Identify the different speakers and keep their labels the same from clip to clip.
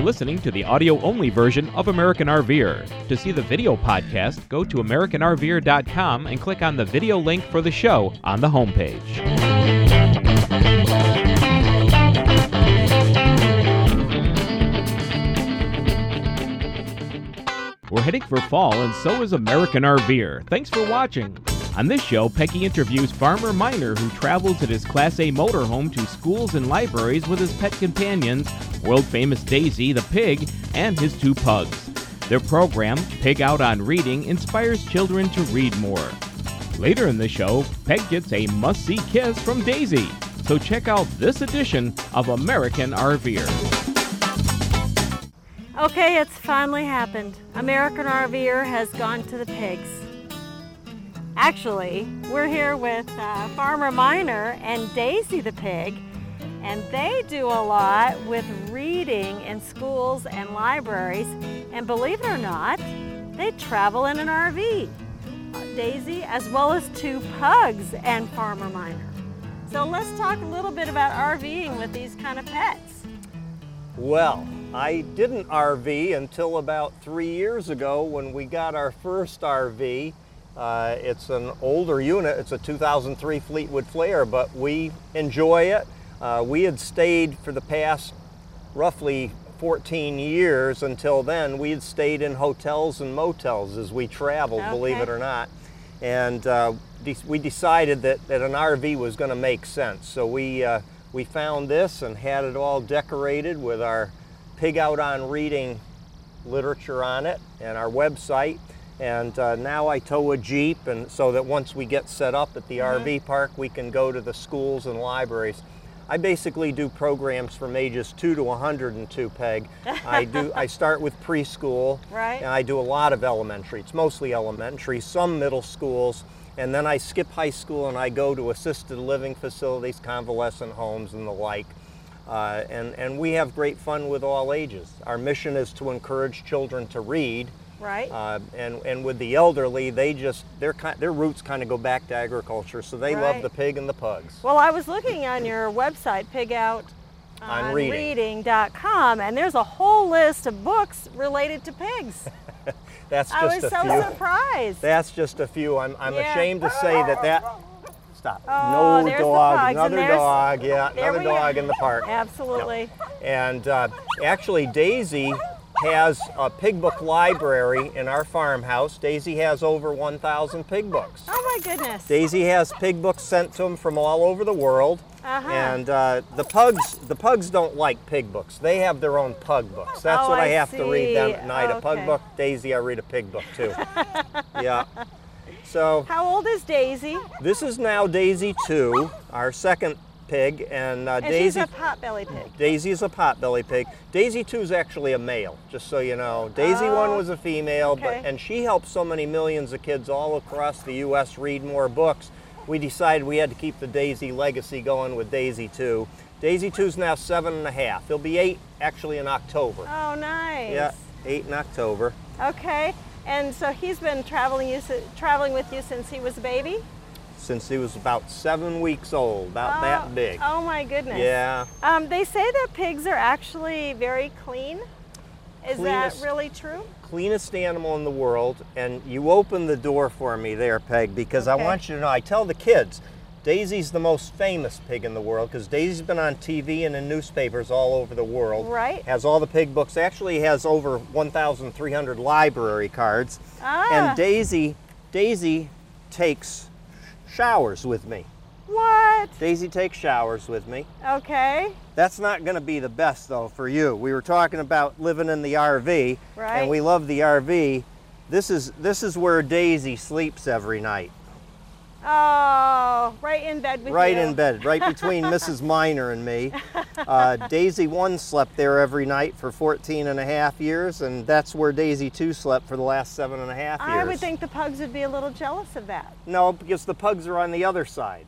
Speaker 1: listening to the audio only version of American RVer. To see the video podcast, go to AmericanRVer.com and click on the video link for the show on the homepage. We're heading for fall, and so is American RVer. Thanks for watching. On this show, Peggy interviews Farmer Miner, who travels in his Class A motorhome to schools and libraries with his pet companions, world famous Daisy the pig, and his two pugs. Their program, Pig Out on Reading, inspires children to read more. Later in the show, Peg gets a must see kiss from Daisy. So check out this edition of American RVer.
Speaker 2: Okay, it's finally happened. American RVer has gone to the pigs. Actually, we're here with uh, Farmer Miner and Daisy the pig, and they do a lot with reading in schools and libraries. And believe it or not, they travel in an RV. Uh, Daisy, as well as two pugs, and Farmer Miner. So let's talk a little bit about RVing with these kind of pets.
Speaker 3: Well, I didn't RV until about three years ago when we got our first RV. Uh, it's an older unit, it's a 2003 Fleetwood Flare, but we enjoy it. Uh, we had stayed for the past roughly 14 years until then. We had stayed in hotels and motels as we traveled, believe
Speaker 2: Okay.
Speaker 3: it or not. And uh, de- we decided that, that an RV was going to make sense. So we, uh, we found this and had it all decorated with our Pig Out on Reading literature on it and our website. And uh, now I tow a Jeep, and so that once we get set up at the RV park, we can go to the schools and libraries. I basically do programs from ages 2 to 102 peg. I do I start with preschool.
Speaker 2: Right.
Speaker 3: And I do a lot of elementary. It's mostly elementary, some middle schools, and then I skip high school and I go to assisted living facilities, convalescent homes and the like. Uh, and, and we have great fun with all ages. Our mission is to encourage children to read.
Speaker 2: Right?
Speaker 3: Uh, and, and with the elderly, they just, their, ki- their roots kind of go back to agriculture, so they love
Speaker 2: Right.
Speaker 3: the pig and the pugs.
Speaker 2: Well, I was looking on your website,
Speaker 3: On reading.
Speaker 2: pigoutonreading.com, and there's a whole list of books related to pigs.
Speaker 3: That's
Speaker 2: I
Speaker 3: just
Speaker 2: was
Speaker 3: a
Speaker 2: so
Speaker 3: few.
Speaker 2: surprised.
Speaker 3: That's just a few. I'm, I'm
Speaker 2: Yeah.
Speaker 3: ashamed to say that that. Stop.
Speaker 2: Oh,
Speaker 3: no
Speaker 2: there's the
Speaker 3: dog.
Speaker 2: pugs, and
Speaker 3: another
Speaker 2: there's-
Speaker 3: dog. Yeah,
Speaker 2: There
Speaker 3: another
Speaker 2: we are.
Speaker 3: dog in the park.
Speaker 2: Absolutely.
Speaker 3: And uh, actually, Daisy has a pig book library in our farmhouse. Daisy has over 1,000 pig books.
Speaker 2: Oh my goodness.
Speaker 3: Daisy has pig books sent to them from all over the world.
Speaker 2: Uh-huh.
Speaker 3: And uh, the pugs, the pugs don't like pig books. They have their own pug books. That's
Speaker 2: Oh,
Speaker 3: what I,
Speaker 2: I
Speaker 3: have to read them
Speaker 2: see.
Speaker 3: at night. A
Speaker 2: Okay.
Speaker 3: pug book. Daisy, I read a pig book too. yeah. So
Speaker 2: How old is Daisy?
Speaker 3: this is now Daisy two, our second pig, and, uh,
Speaker 2: And
Speaker 3: Daisy.
Speaker 2: she's a potbelly pig.
Speaker 3: Daisy is a potbelly pig. Daisy 2 is actually a male, just so you know. Daisy 1 was a female,
Speaker 2: Oh. okay.
Speaker 3: but, and she helped so many millions of kids all across the U.S. read more books. We decided we had to keep the Daisy legacy going with Daisy 2. Daisy 2 is now seven and a half. He'll be eight actually in October.
Speaker 2: Oh, nice.
Speaker 3: Yeah, eight in October.
Speaker 2: Okay. And so he's been traveling you si- traveling with you since he was a baby.
Speaker 3: Since he was about seven weeks old, about
Speaker 2: Oh,
Speaker 3: that big.
Speaker 2: Oh my goodness.
Speaker 3: Yeah.
Speaker 2: Um, they say that pigs are actually very clean. Is
Speaker 3: Cleanest-
Speaker 2: that really true?
Speaker 3: cleanest animal in the world, and you open the door for me there, Peg, because
Speaker 2: Okay.
Speaker 3: I want you to know. I tell the kids, Daisy's the most famous pig in the world because Daisy's been on TV and in newspapers all over the world.
Speaker 2: Right.
Speaker 3: Has all the pig books. Actually, has over 1,300 library cards.
Speaker 2: Ah.
Speaker 3: And Daisy, Daisy takes showers with me.
Speaker 2: What?
Speaker 3: Daisy takes showers with me.
Speaker 2: Okay.
Speaker 3: That's not going to be the best though for you. We were talking about living in the RV,
Speaker 2: Right.
Speaker 3: and we love the RV. This is this is where Daisy sleeps every night,
Speaker 2: Oh, right in bed with
Speaker 3: right
Speaker 2: you.
Speaker 3: in bed, right between Mrs. Miner and me. Uh, Daisy one slept there every night for 14 and a half years, and that's where Daisy two slept for the last seven and a half years.
Speaker 2: I would think the pugs would be a little jealous of that.
Speaker 3: no, because the pugs are on the other side.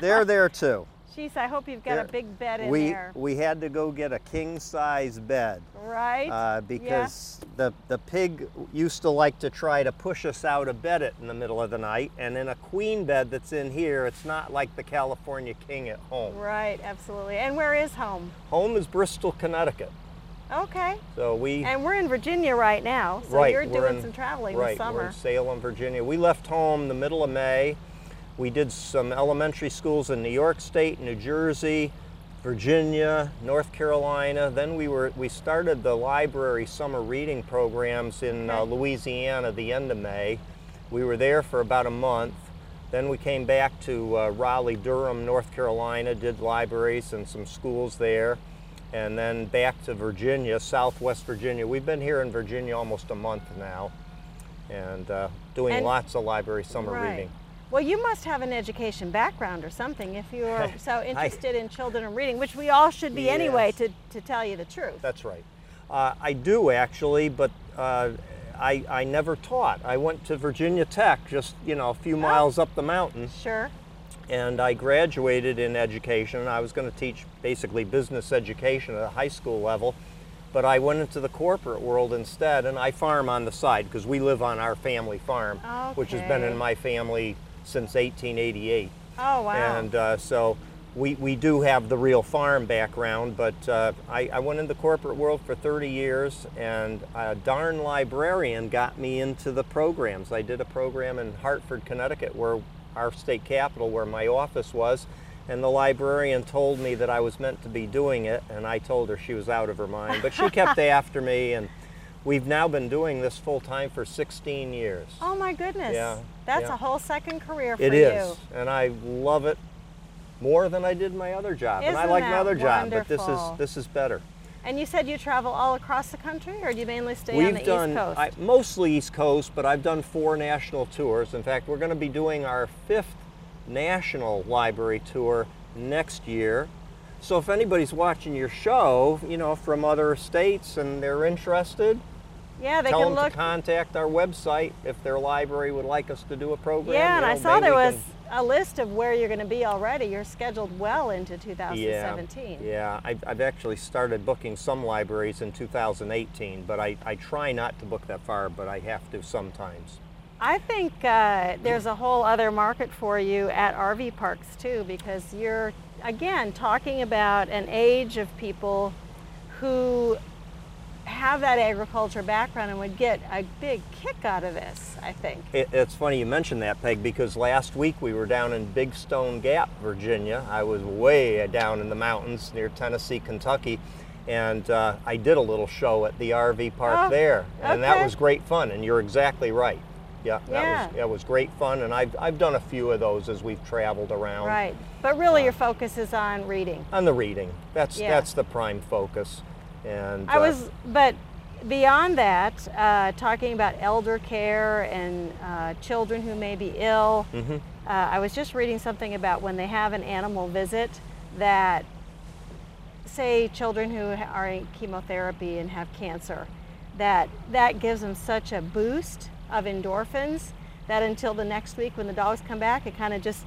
Speaker 3: They're there too.
Speaker 2: Jeez, I hope you've got a
Speaker 3: There-
Speaker 2: big bed in
Speaker 3: we
Speaker 2: there.
Speaker 3: we had to go get a king size bed.
Speaker 2: Right?
Speaker 3: uh, because the, the pig used to like to try to push us out of bed at, in the middle of the night. And in a queen bed that's in here, it's not like the California king at home.
Speaker 2: Right, absolutely. And where is home?
Speaker 3: Home is Bristol, Connecticut.
Speaker 2: Okay.
Speaker 3: So we
Speaker 2: And we're in Virginia right now, so
Speaker 3: right,
Speaker 2: you're
Speaker 3: we're
Speaker 2: doing
Speaker 3: in-
Speaker 2: some traveling
Speaker 3: right,
Speaker 2: this summer.
Speaker 3: We're in Salem, Virginia. We left home the middle of May. We did some elementary schools in New York State, New Jersey, Virginia, North Carolina. Then we were we started the library summer reading programs in uh,
Speaker 2: Okay.
Speaker 3: Louisiana the end of May. We were there for about a month. Then we came back to uh, Raleigh, Durham, North Carolina, did libraries and some schools there, and then back to Virginia, Southwest Virginia. We've been here in Virginia almost a month now, and uh, doing
Speaker 2: And-
Speaker 3: lots of library summer reading.
Speaker 2: Well, you must have an education background or something if you are so interested in children and reading, which we all should be anyway, to, to tell you the truth.
Speaker 3: That's right. Uh, I do actually, but uh, I, I never taught. I went to Virginia Tech, just you know, a few miles up the mountain,
Speaker 2: Sure.
Speaker 3: and I graduated in education. I was going to teach basically business education at a high school level, but I went into the corporate world instead, and I farm on the side because we live on our family farm, which has been
Speaker 2: Okay.
Speaker 3: in my family since 1888.
Speaker 2: Oh, wow.
Speaker 3: And uh, so we, we do have the real farm background, but uh, I, I went in the corporate world for 30 years, and a darn librarian got me into the programs. I did a program in Hartford, Connecticut, where our state capital, where my office was, and the librarian told me that I was meant to be doing it, and I told her she was out of her mind. But she kept after me, and we've now been doing this full time for 16 years.
Speaker 2: oh, my goodness.
Speaker 3: Yeah,
Speaker 2: That's
Speaker 3: yeah.
Speaker 2: a whole second career for
Speaker 3: It
Speaker 2: you.
Speaker 3: is, and I love it more than I did my other job. and I
Speaker 2: Isn't
Speaker 3: like my
Speaker 2: that
Speaker 3: other job, but this
Speaker 2: wonderful?
Speaker 3: is this is better.
Speaker 2: And you said you travel all across the country, or do you mainly stay on the
Speaker 3: We've done
Speaker 2: East Coast?
Speaker 3: I, mostly East Coast, but I've done four national tours. In fact, we're going to be doing our fifth national library tour next year. So if anybody's watching your show, you know, from other states and they're interested,
Speaker 2: yeah, they
Speaker 3: tell
Speaker 2: can
Speaker 3: them
Speaker 2: look.
Speaker 3: to contact our website if their library would like us to do a program.
Speaker 2: yeah, and
Speaker 3: you
Speaker 2: I
Speaker 3: know,
Speaker 2: saw
Speaker 3: maybe
Speaker 2: there was
Speaker 3: we can-
Speaker 2: a list of where you're going to be already. You're scheduled well into
Speaker 3: Yeah,
Speaker 2: 2017.
Speaker 3: yeah. I've, I've actually started booking some libraries in 2018, but I, I try not to book that far, but I have to sometimes.
Speaker 2: I think uh, there's a whole other market for you at RV parks too, because you're again talking about an age of people who have that agriculture background and would get a big kick out of this. I think.
Speaker 3: It, it's funny you mentioned that, Peg, because last week we were down in Big Stone Gap, Virginia. I was way down in the mountains near Tennessee, Kentucky, and uh, I did a little show at the RV park
Speaker 2: Oh,
Speaker 3: there, and that
Speaker 2: okay.
Speaker 3: was great fun. And you're exactly right. Yeah, that
Speaker 2: Yeah.
Speaker 3: was that was great fun, and I've I've done a few of those as we've traveled around.
Speaker 2: Right, but really your focus is on reading.
Speaker 3: on the reading. That's
Speaker 2: Yeah.
Speaker 3: that's the prime focus. And
Speaker 2: I
Speaker 3: uh,
Speaker 2: was, but beyond that, uh, talking about elder care and uh, children who may be ill. Uh, I was just reading something about when they have an animal visit that, say, children who ha- are in chemotherapy and have cancer, that that gives them such a boost of endorphins that until the next week when the dogs come back, it kind of just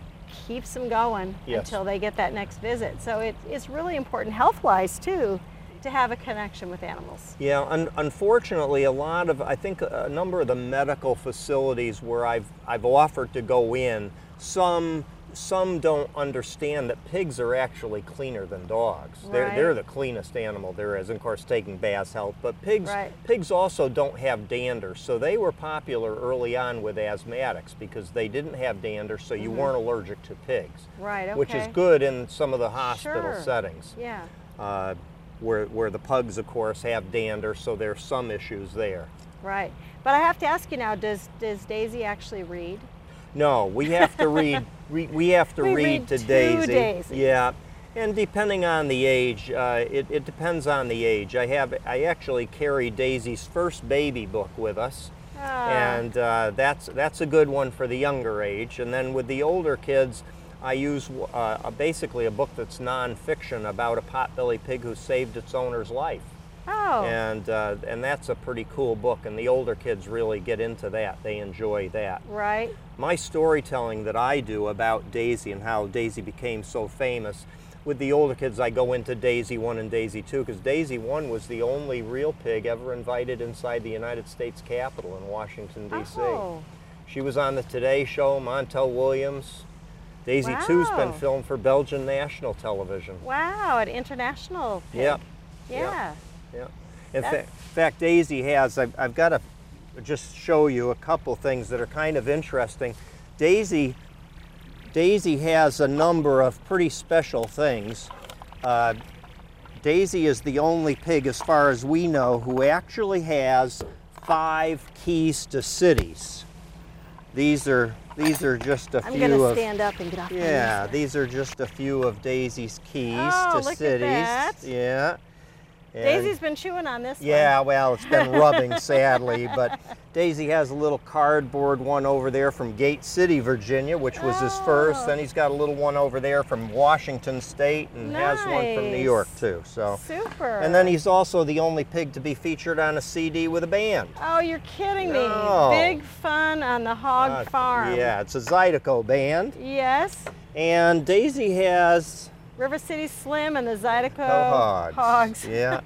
Speaker 2: keeps them going
Speaker 3: Yes.
Speaker 2: until they get that next visit. So it, it's really important health-wise too to have a connection with animals.
Speaker 3: yeah, un- unfortunately, a lot of I think a number of the medical facilities where I've I've offered to go in, some some don't understand that pigs are actually cleaner than dogs. They're they're
Speaker 2: Right.
Speaker 3: the cleanest animal there is, and of course taking baths help. But pigs
Speaker 2: Right.
Speaker 3: pigs also don't have dander, so they were popular early on with asthmatics because they didn't have dander, so you weren't allergic to pigs.
Speaker 2: Mm-hmm. Right,
Speaker 3: Which is
Speaker 2: okay.
Speaker 3: good in some of the hospital
Speaker 2: Sure.
Speaker 3: settings.
Speaker 2: Yeah.
Speaker 3: uh, where, where the pugs, of course, have dander, so there's some issues there.
Speaker 2: Right. But I have to ask you now, does does Daisy actually read?
Speaker 3: No, we have to read. We, we have to
Speaker 2: We
Speaker 3: read,
Speaker 2: read
Speaker 3: to
Speaker 2: to
Speaker 3: Daisy.
Speaker 2: Daisy.
Speaker 3: Yeah, and depending on the age, uh, it, it depends on the age. I have I actually carry Daisy's first baby book with us,
Speaker 2: Ah.
Speaker 3: and uh, that's that's a good one for the younger age. And then with the older kids, I use uh, a, basically a book that's nonfiction about a potbelly pig who saved its owner's life.
Speaker 2: Oh.
Speaker 3: and uh, and that's a pretty cool book and the older kids really get into that they enjoy that
Speaker 2: Right.
Speaker 3: my storytelling that i do about daisy and how daisy became so famous with the older kids i go into daisy 1 and daisy 2 because daisy 1 was the only real pig ever invited inside the united states capitol in washington d.c
Speaker 2: Oh.
Speaker 3: she was on the today show montel williams daisy 2's
Speaker 2: Wow.
Speaker 3: been filmed for belgian national television
Speaker 2: Wow, an international pig.
Speaker 3: Yep.
Speaker 2: Yeah.
Speaker 3: yeah In, fa- in
Speaker 2: That's-
Speaker 3: fact, Daisy has, I've, I've got to just show you a couple things that are kind of interesting. Daisy, Daisy has a number of pretty special things. Uh, Daisy is the only pig, as far as we know, who actually has five keys to cities. These are these are just a
Speaker 2: I'm
Speaker 3: few
Speaker 2: gonna
Speaker 3: of
Speaker 2: stand up and get off. my
Speaker 3: yeah,
Speaker 2: knees.
Speaker 3: these are just a few of Daisy's keys
Speaker 2: Oh,
Speaker 3: to
Speaker 2: look at
Speaker 3: cities.
Speaker 2: that.
Speaker 3: Yeah. And-
Speaker 2: Daisy's been chewing on this. one.
Speaker 3: Yeah, well, it's been rubbing sadly, but Daisy has a little cardboard one over there from Gate City, Virginia, which was his first.
Speaker 2: Oh.
Speaker 3: Then he's got a little one over there from Washington State and has one from New York
Speaker 2: Nice.
Speaker 3: too. So
Speaker 2: Super.
Speaker 3: And then he's also the only pig to be featured on a CD with a band.
Speaker 2: Oh, you're kidding me!
Speaker 3: No.
Speaker 2: Big fun on the hog
Speaker 3: Uh,
Speaker 2: farm.
Speaker 3: Yeah, it's a Zydeco band.
Speaker 2: Yes.
Speaker 3: And Daisy has
Speaker 2: River City Slim and the Zydeco
Speaker 3: Oh, hogs.
Speaker 2: hogs.
Speaker 3: Yeah.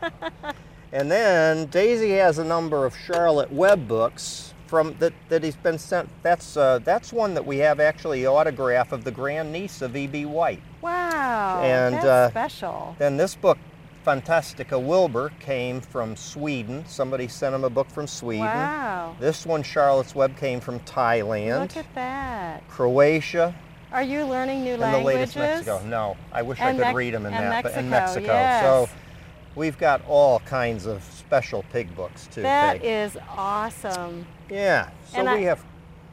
Speaker 3: and then Daisy has a number of Charlotte Webb books from that, that he's been sent. That's uh, that's one that we have actually autograph of the grandniece of E.B. White.
Speaker 2: Wow.
Speaker 3: And,
Speaker 2: that's
Speaker 3: uh,
Speaker 2: special.
Speaker 3: Then this book, Fantastica Wilbur, came from Sweden. Somebody sent him a book from Sweden.
Speaker 2: Wow.
Speaker 3: This one, Charlotte's Web, came from Thailand,
Speaker 2: Look at that.
Speaker 3: Croatia,
Speaker 2: Are you learning new
Speaker 3: and the
Speaker 2: languages?
Speaker 3: latest Mexico. No, I wish I
Speaker 2: And
Speaker 3: could
Speaker 2: Mex-
Speaker 3: read them in
Speaker 2: and
Speaker 3: that, but in
Speaker 2: Mexico,
Speaker 3: Mexico.
Speaker 2: yes.
Speaker 3: So we've got all kinds of special pig books too.
Speaker 2: That
Speaker 3: Peg.
Speaker 2: is awesome.
Speaker 3: yeah. So
Speaker 2: and
Speaker 3: we
Speaker 2: I-
Speaker 3: have.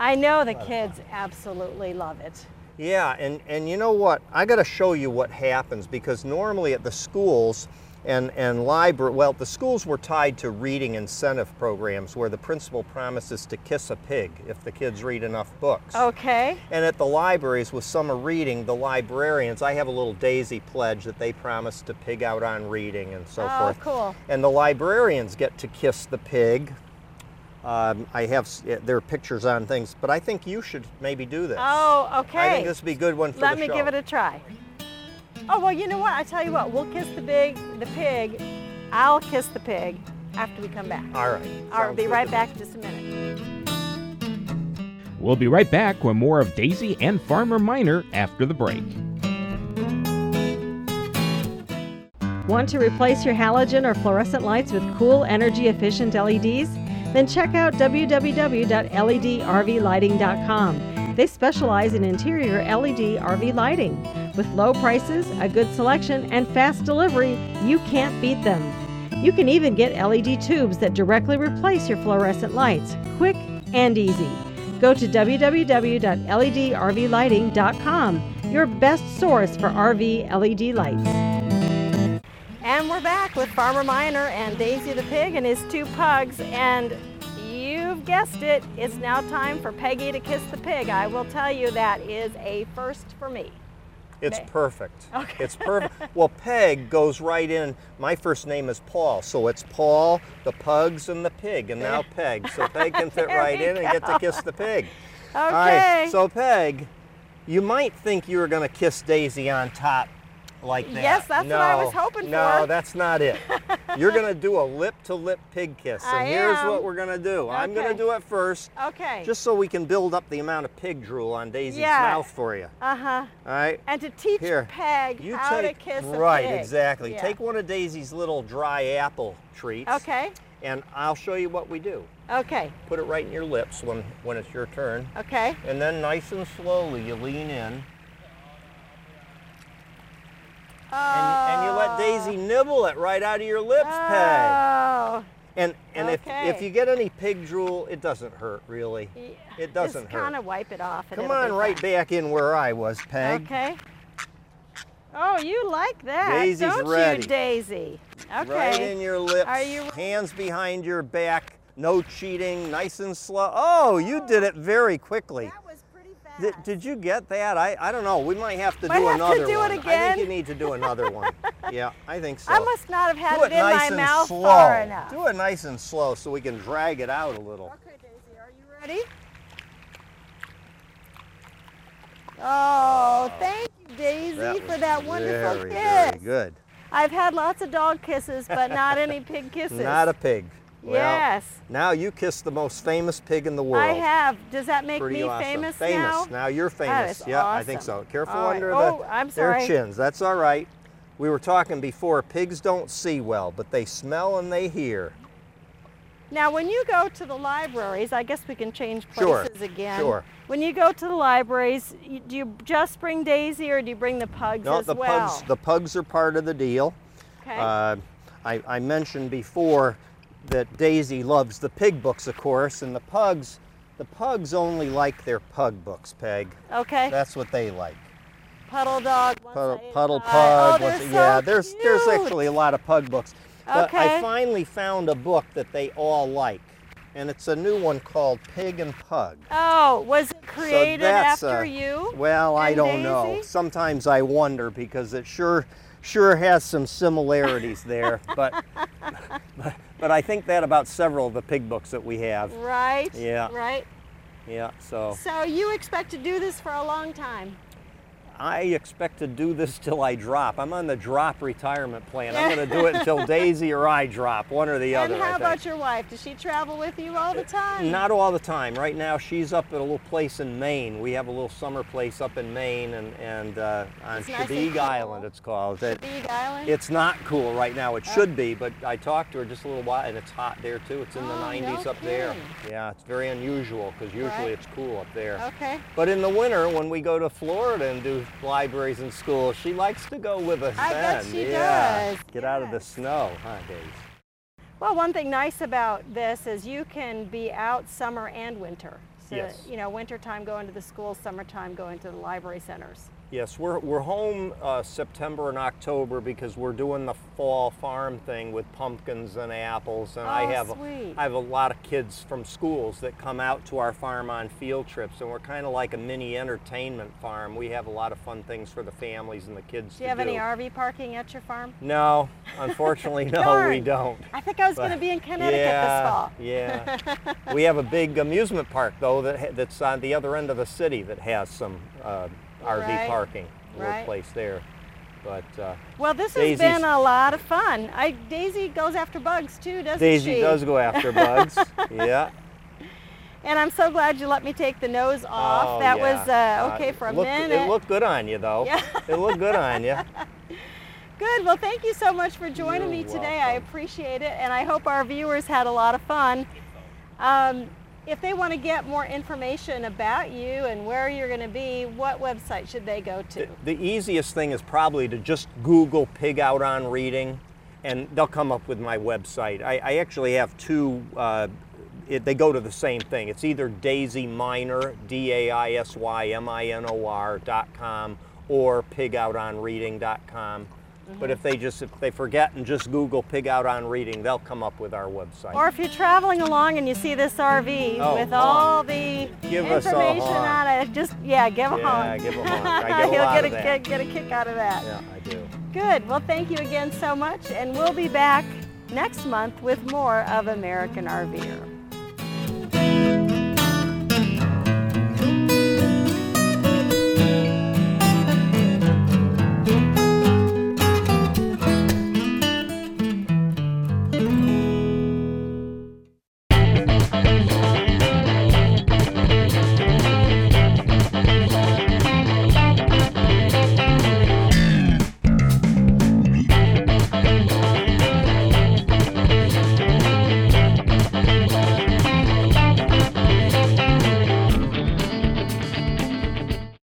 Speaker 2: I know the kids absolutely love it.
Speaker 3: Yeah, and and you know what? I got to show you what happens because normally at the schools. And, and library, well, the schools were tied to reading incentive programs where the principal promises to kiss a pig if the kids read enough books.
Speaker 2: Okay.
Speaker 3: And at the libraries with summer reading, the librarians, I have a little daisy pledge that they promise to pig out on reading and so
Speaker 2: oh,
Speaker 3: forth.
Speaker 2: cool.
Speaker 3: And the librarians get to kiss the pig. Um, I have, s- yeah, there are pictures on things, but I think you should maybe do this.
Speaker 2: Oh, okay.
Speaker 3: I think this would be a good one for
Speaker 2: Let
Speaker 3: the
Speaker 2: me
Speaker 3: show.
Speaker 2: give it a try. Oh well, you know what? I tell you what. We'll kiss the big, the pig. I'll kiss the pig after we come back.
Speaker 3: All right.
Speaker 2: I'll
Speaker 3: Sounds
Speaker 2: be
Speaker 3: good
Speaker 2: right
Speaker 3: to me.
Speaker 2: back in just a minute.
Speaker 1: We'll be right back with more of Daisy and Farmer Minor after the break.
Speaker 2: Want to replace your halogen or fluorescent lights with cool, energy efficient LEDs? Then check out E www.ledrvlighting.com. They specialize in interior E LED RV lighting. With low prices, a good selection, and fast delivery, you can't beat them. You can even get LED tubes that directly replace your fluorescent lights, quick and easy. Go to E www.ledrvlighting.com, your best source for RV LED E lights. And we're back with Farmer Minor and Daisy the pig and his two pugs. And you've guessed it, it's now time for Peggy to kiss the pig. I will tell you that is a first for me.
Speaker 3: It's
Speaker 2: Okay.
Speaker 3: perfect. It's perfect. well, Peg goes right in. My first name is Paul, so it's Paul, the pugs, and the pig, and now Peg. So Peg can fit
Speaker 2: There
Speaker 3: right
Speaker 2: we
Speaker 3: in and get to kiss the pig.
Speaker 2: Okay.
Speaker 3: All right. So Peg, you might think you were gonna kiss Daisy on top like that.
Speaker 2: Yes, that's what I was
Speaker 3: No,
Speaker 2: hoping
Speaker 3: No,
Speaker 2: for.
Speaker 3: that's not it. You're gonna do a lip-to-lip pig kiss, and
Speaker 2: I
Speaker 3: here's
Speaker 2: am.
Speaker 3: what we're gonna do. I'm gonna
Speaker 2: Okay.
Speaker 3: do it first,
Speaker 2: okay.
Speaker 3: just so we can build up the amount of pig drool on Daisy's
Speaker 2: Yeah.
Speaker 3: mouth for you.
Speaker 2: uh huh.
Speaker 3: All right.
Speaker 2: And to teach
Speaker 3: Here,
Speaker 2: Peg
Speaker 3: You
Speaker 2: how
Speaker 3: take
Speaker 2: to kiss a
Speaker 3: right,
Speaker 2: pig.
Speaker 3: exactly.
Speaker 2: Yeah.
Speaker 3: Take one of Daisy's little dry apple treats,
Speaker 2: Okay.
Speaker 3: and I'll show you what we do.
Speaker 2: Okay.
Speaker 3: Put it right in your lips when when it's your turn,
Speaker 2: Okay.
Speaker 3: and then nice and slowly you lean in.
Speaker 2: Oh.
Speaker 3: and, and you let Daisy
Speaker 2: Ah.
Speaker 3: nibble it right out of your lips, Peg.
Speaker 2: Oh.
Speaker 3: And and if if
Speaker 2: okay.
Speaker 3: you get any pig drool, it doesn't hurt really.
Speaker 2: Yeah.
Speaker 3: It doesn't
Speaker 2: Just
Speaker 3: hurt.
Speaker 2: kind of wipe it off. and
Speaker 3: Come
Speaker 2: it'll
Speaker 3: on,
Speaker 2: be
Speaker 3: right
Speaker 2: fine.
Speaker 3: back in where I was, Peg.
Speaker 2: Okay. Oh, you like that,
Speaker 3: Daisy's
Speaker 2: don't
Speaker 3: ready.
Speaker 2: you, Daisy? Okay.
Speaker 3: Right in your lips.
Speaker 2: Are you-
Speaker 3: Hands behind your back. No cheating. Nice and slow. Oh, you did it very quickly.
Speaker 2: That was pretty fast.
Speaker 3: Did, did you get that? I, I don't know. We might have to
Speaker 2: Might
Speaker 3: do
Speaker 2: have to
Speaker 3: another
Speaker 2: do it
Speaker 3: one. I
Speaker 2: again.
Speaker 3: think you need to do another one. yeah, I think so.
Speaker 2: I must not have had
Speaker 3: do
Speaker 2: it
Speaker 3: it
Speaker 2: in
Speaker 3: nice
Speaker 2: my
Speaker 3: and
Speaker 2: mouth
Speaker 3: slow.
Speaker 2: far enough.
Speaker 3: Do it nice and slow so we can drag it out a little.
Speaker 2: Okay, Daisy, are you ready? Oh, thank you, Daisy,
Speaker 3: was
Speaker 2: for that wonderful
Speaker 3: very,
Speaker 2: kiss.
Speaker 3: Very good.
Speaker 2: I've had lots of dog kisses, but not any pig kisses.
Speaker 3: Not a pig. Well,
Speaker 2: Yes.
Speaker 3: Now you kiss the most famous pig in the world.
Speaker 2: I have. Does that make
Speaker 3: Pretty
Speaker 2: me
Speaker 3: awesome.
Speaker 2: famous,
Speaker 3: Famous.
Speaker 2: now?
Speaker 3: you're famous.
Speaker 2: is
Speaker 3: yeah, I think
Speaker 2: awesome.
Speaker 3: so. Careful
Speaker 2: All right.
Speaker 3: under
Speaker 2: Oh,
Speaker 3: the
Speaker 2: I'm
Speaker 3: their
Speaker 2: sorry.
Speaker 3: chins. That's all right. We were talking before, pigs don't see well, but they smell and they hear.
Speaker 2: Now, when you go to the libraries, I guess we can change
Speaker 3: Sure,
Speaker 2: places again.
Speaker 3: sure.
Speaker 2: When you go to the libraries, you- do you just bring Daisy or do you bring the pugs
Speaker 3: No,
Speaker 2: as
Speaker 3: the
Speaker 2: well?
Speaker 3: pugs the pugs are part of the deal.
Speaker 2: okay.
Speaker 3: Uh, I, I mentioned before that Daisy loves the pig books, of course, and the pugs the pugs only like their pug books, Peg.
Speaker 2: okay.
Speaker 3: That's what they like.
Speaker 2: puddle dog. one
Speaker 3: Puddle,
Speaker 2: sided
Speaker 3: puddle
Speaker 2: pie.
Speaker 3: pug.
Speaker 2: Oh,
Speaker 3: what's
Speaker 2: they're
Speaker 3: it- yeah,
Speaker 2: so
Speaker 3: there's there's
Speaker 2: cute.
Speaker 3: actually a lot of pug books. But I
Speaker 2: Okay.
Speaker 3: finally found a book that they all like, and it's a new one called Pig and Pug.
Speaker 2: Oh, was it
Speaker 3: So
Speaker 2: created
Speaker 3: that's,
Speaker 2: after
Speaker 3: uh,
Speaker 2: you?
Speaker 3: Well, I
Speaker 2: and
Speaker 3: don't know.
Speaker 2: Daisy?
Speaker 3: Sometimes I wonder because it sure sure has some similarities there, but, but but I think that about several of the pig books that we have.
Speaker 2: Right.
Speaker 3: Yeah.
Speaker 2: Right.
Speaker 3: Yeah, so
Speaker 2: So you expect to do this for a long time?
Speaker 3: I expect to do this till I drop. I'm on the drop retirement plan. I'm going to do it until Daisy or I drop, one or the other.
Speaker 2: and
Speaker 3: I
Speaker 2: how
Speaker 3: think.
Speaker 2: about your wife? Does she travel with you all the time?
Speaker 3: Not all the time. Right now, she's up at a little place in Maine. We have a little summer place up in Maine, and and uh, on
Speaker 2: It's nice and
Speaker 3: Shadig
Speaker 2: cool.
Speaker 3: Island, it's called. That-
Speaker 2: Big Island.
Speaker 3: It's not cool right now.
Speaker 2: Oh.
Speaker 3: It should be, but I talked to her just a little while, and it's hot there too. It's in the
Speaker 2: Oh,
Speaker 3: 90s
Speaker 2: no
Speaker 3: up there.
Speaker 2: kidding.
Speaker 3: Yeah, it's very unusual because usually
Speaker 2: Right.
Speaker 3: it's cool up there.
Speaker 2: okay.
Speaker 3: But in the winter, when we go to Florida and do libraries and schools, she likes to go with us
Speaker 2: I
Speaker 3: then.
Speaker 2: bet she
Speaker 3: yeah.
Speaker 2: does.
Speaker 3: Get out of the
Speaker 2: Yes.
Speaker 3: snow, huh, Daisy?
Speaker 2: Well, one thing nice about this is you can be out summer and winter. So,
Speaker 3: Yes.
Speaker 2: you know, wintertime going to the schools, summertime going to the library centers.
Speaker 3: Yes, we're, we're home uh, September and October because we're doing the fall farm thing with pumpkins and apples, and I
Speaker 2: Oh,
Speaker 3: have
Speaker 2: sweet.
Speaker 3: I have a lot of kids from schools that come out to our farm on field trips, and we're kind of like a mini entertainment farm. We have a lot of fun things for the families and the kids
Speaker 2: Do
Speaker 3: to
Speaker 2: you have any RV parking at your farm?
Speaker 3: No, unfortunately, no, we
Speaker 2: Darn.
Speaker 3: don't.
Speaker 2: I think I was going to
Speaker 3: But-
Speaker 2: be in Connecticut this fall.
Speaker 3: yeah, Yeah. we have a big amusement park though that ha- that's on the other end of the city that has some uh, RV
Speaker 2: Right.
Speaker 3: parking, a little
Speaker 2: Right.
Speaker 3: place there. But uh,
Speaker 2: Well, this
Speaker 3: Daisy's-
Speaker 2: has been a lot of fun. I, Daisy goes after bugs too, doesn't
Speaker 3: Daisy
Speaker 2: she?
Speaker 3: does go after bugs. yeah.
Speaker 2: And I'm so glad you let me take the nose off.
Speaker 3: Oh,
Speaker 2: that
Speaker 3: yeah.
Speaker 2: was uh, okay for a
Speaker 3: looked-
Speaker 2: minute.
Speaker 3: It looked good on you though.
Speaker 2: Yeah.
Speaker 3: it looked good on you.
Speaker 2: Good. Well, thank you so much for joining me
Speaker 3: You're
Speaker 2: today. I
Speaker 3: welcome.
Speaker 2: appreciate it, and I hope our viewers had a lot of fun. Um, if they want to get more information about you and where you're going to be, what website should they go to?
Speaker 3: The easiest thing is probably to just Google pig out on reading, and they'll come up with my website. I, I actually have two. Uh, it, they go to the same thing. It's either Daisy Minor, D A I S Y M I N O R dot com, or pigoutonreading.com. But if they just if they forget and just Google pig out on reading, they'll come up with our website.
Speaker 2: Or if you're traveling along and you see this RV
Speaker 3: Oh,
Speaker 2: with
Speaker 3: honk.
Speaker 2: all the
Speaker 3: Give us a
Speaker 2: information
Speaker 3: honk.
Speaker 2: on it, just yeah, give a
Speaker 3: yeah,
Speaker 2: honk.
Speaker 3: give them a honk. I get a
Speaker 2: You'll
Speaker 3: lot
Speaker 2: get
Speaker 3: of
Speaker 2: a,
Speaker 3: that.
Speaker 2: get, get a kick out of that.
Speaker 3: Yeah, I do.
Speaker 2: Good. Well, thank you again so much, and we'll be back next month with more of American RVer.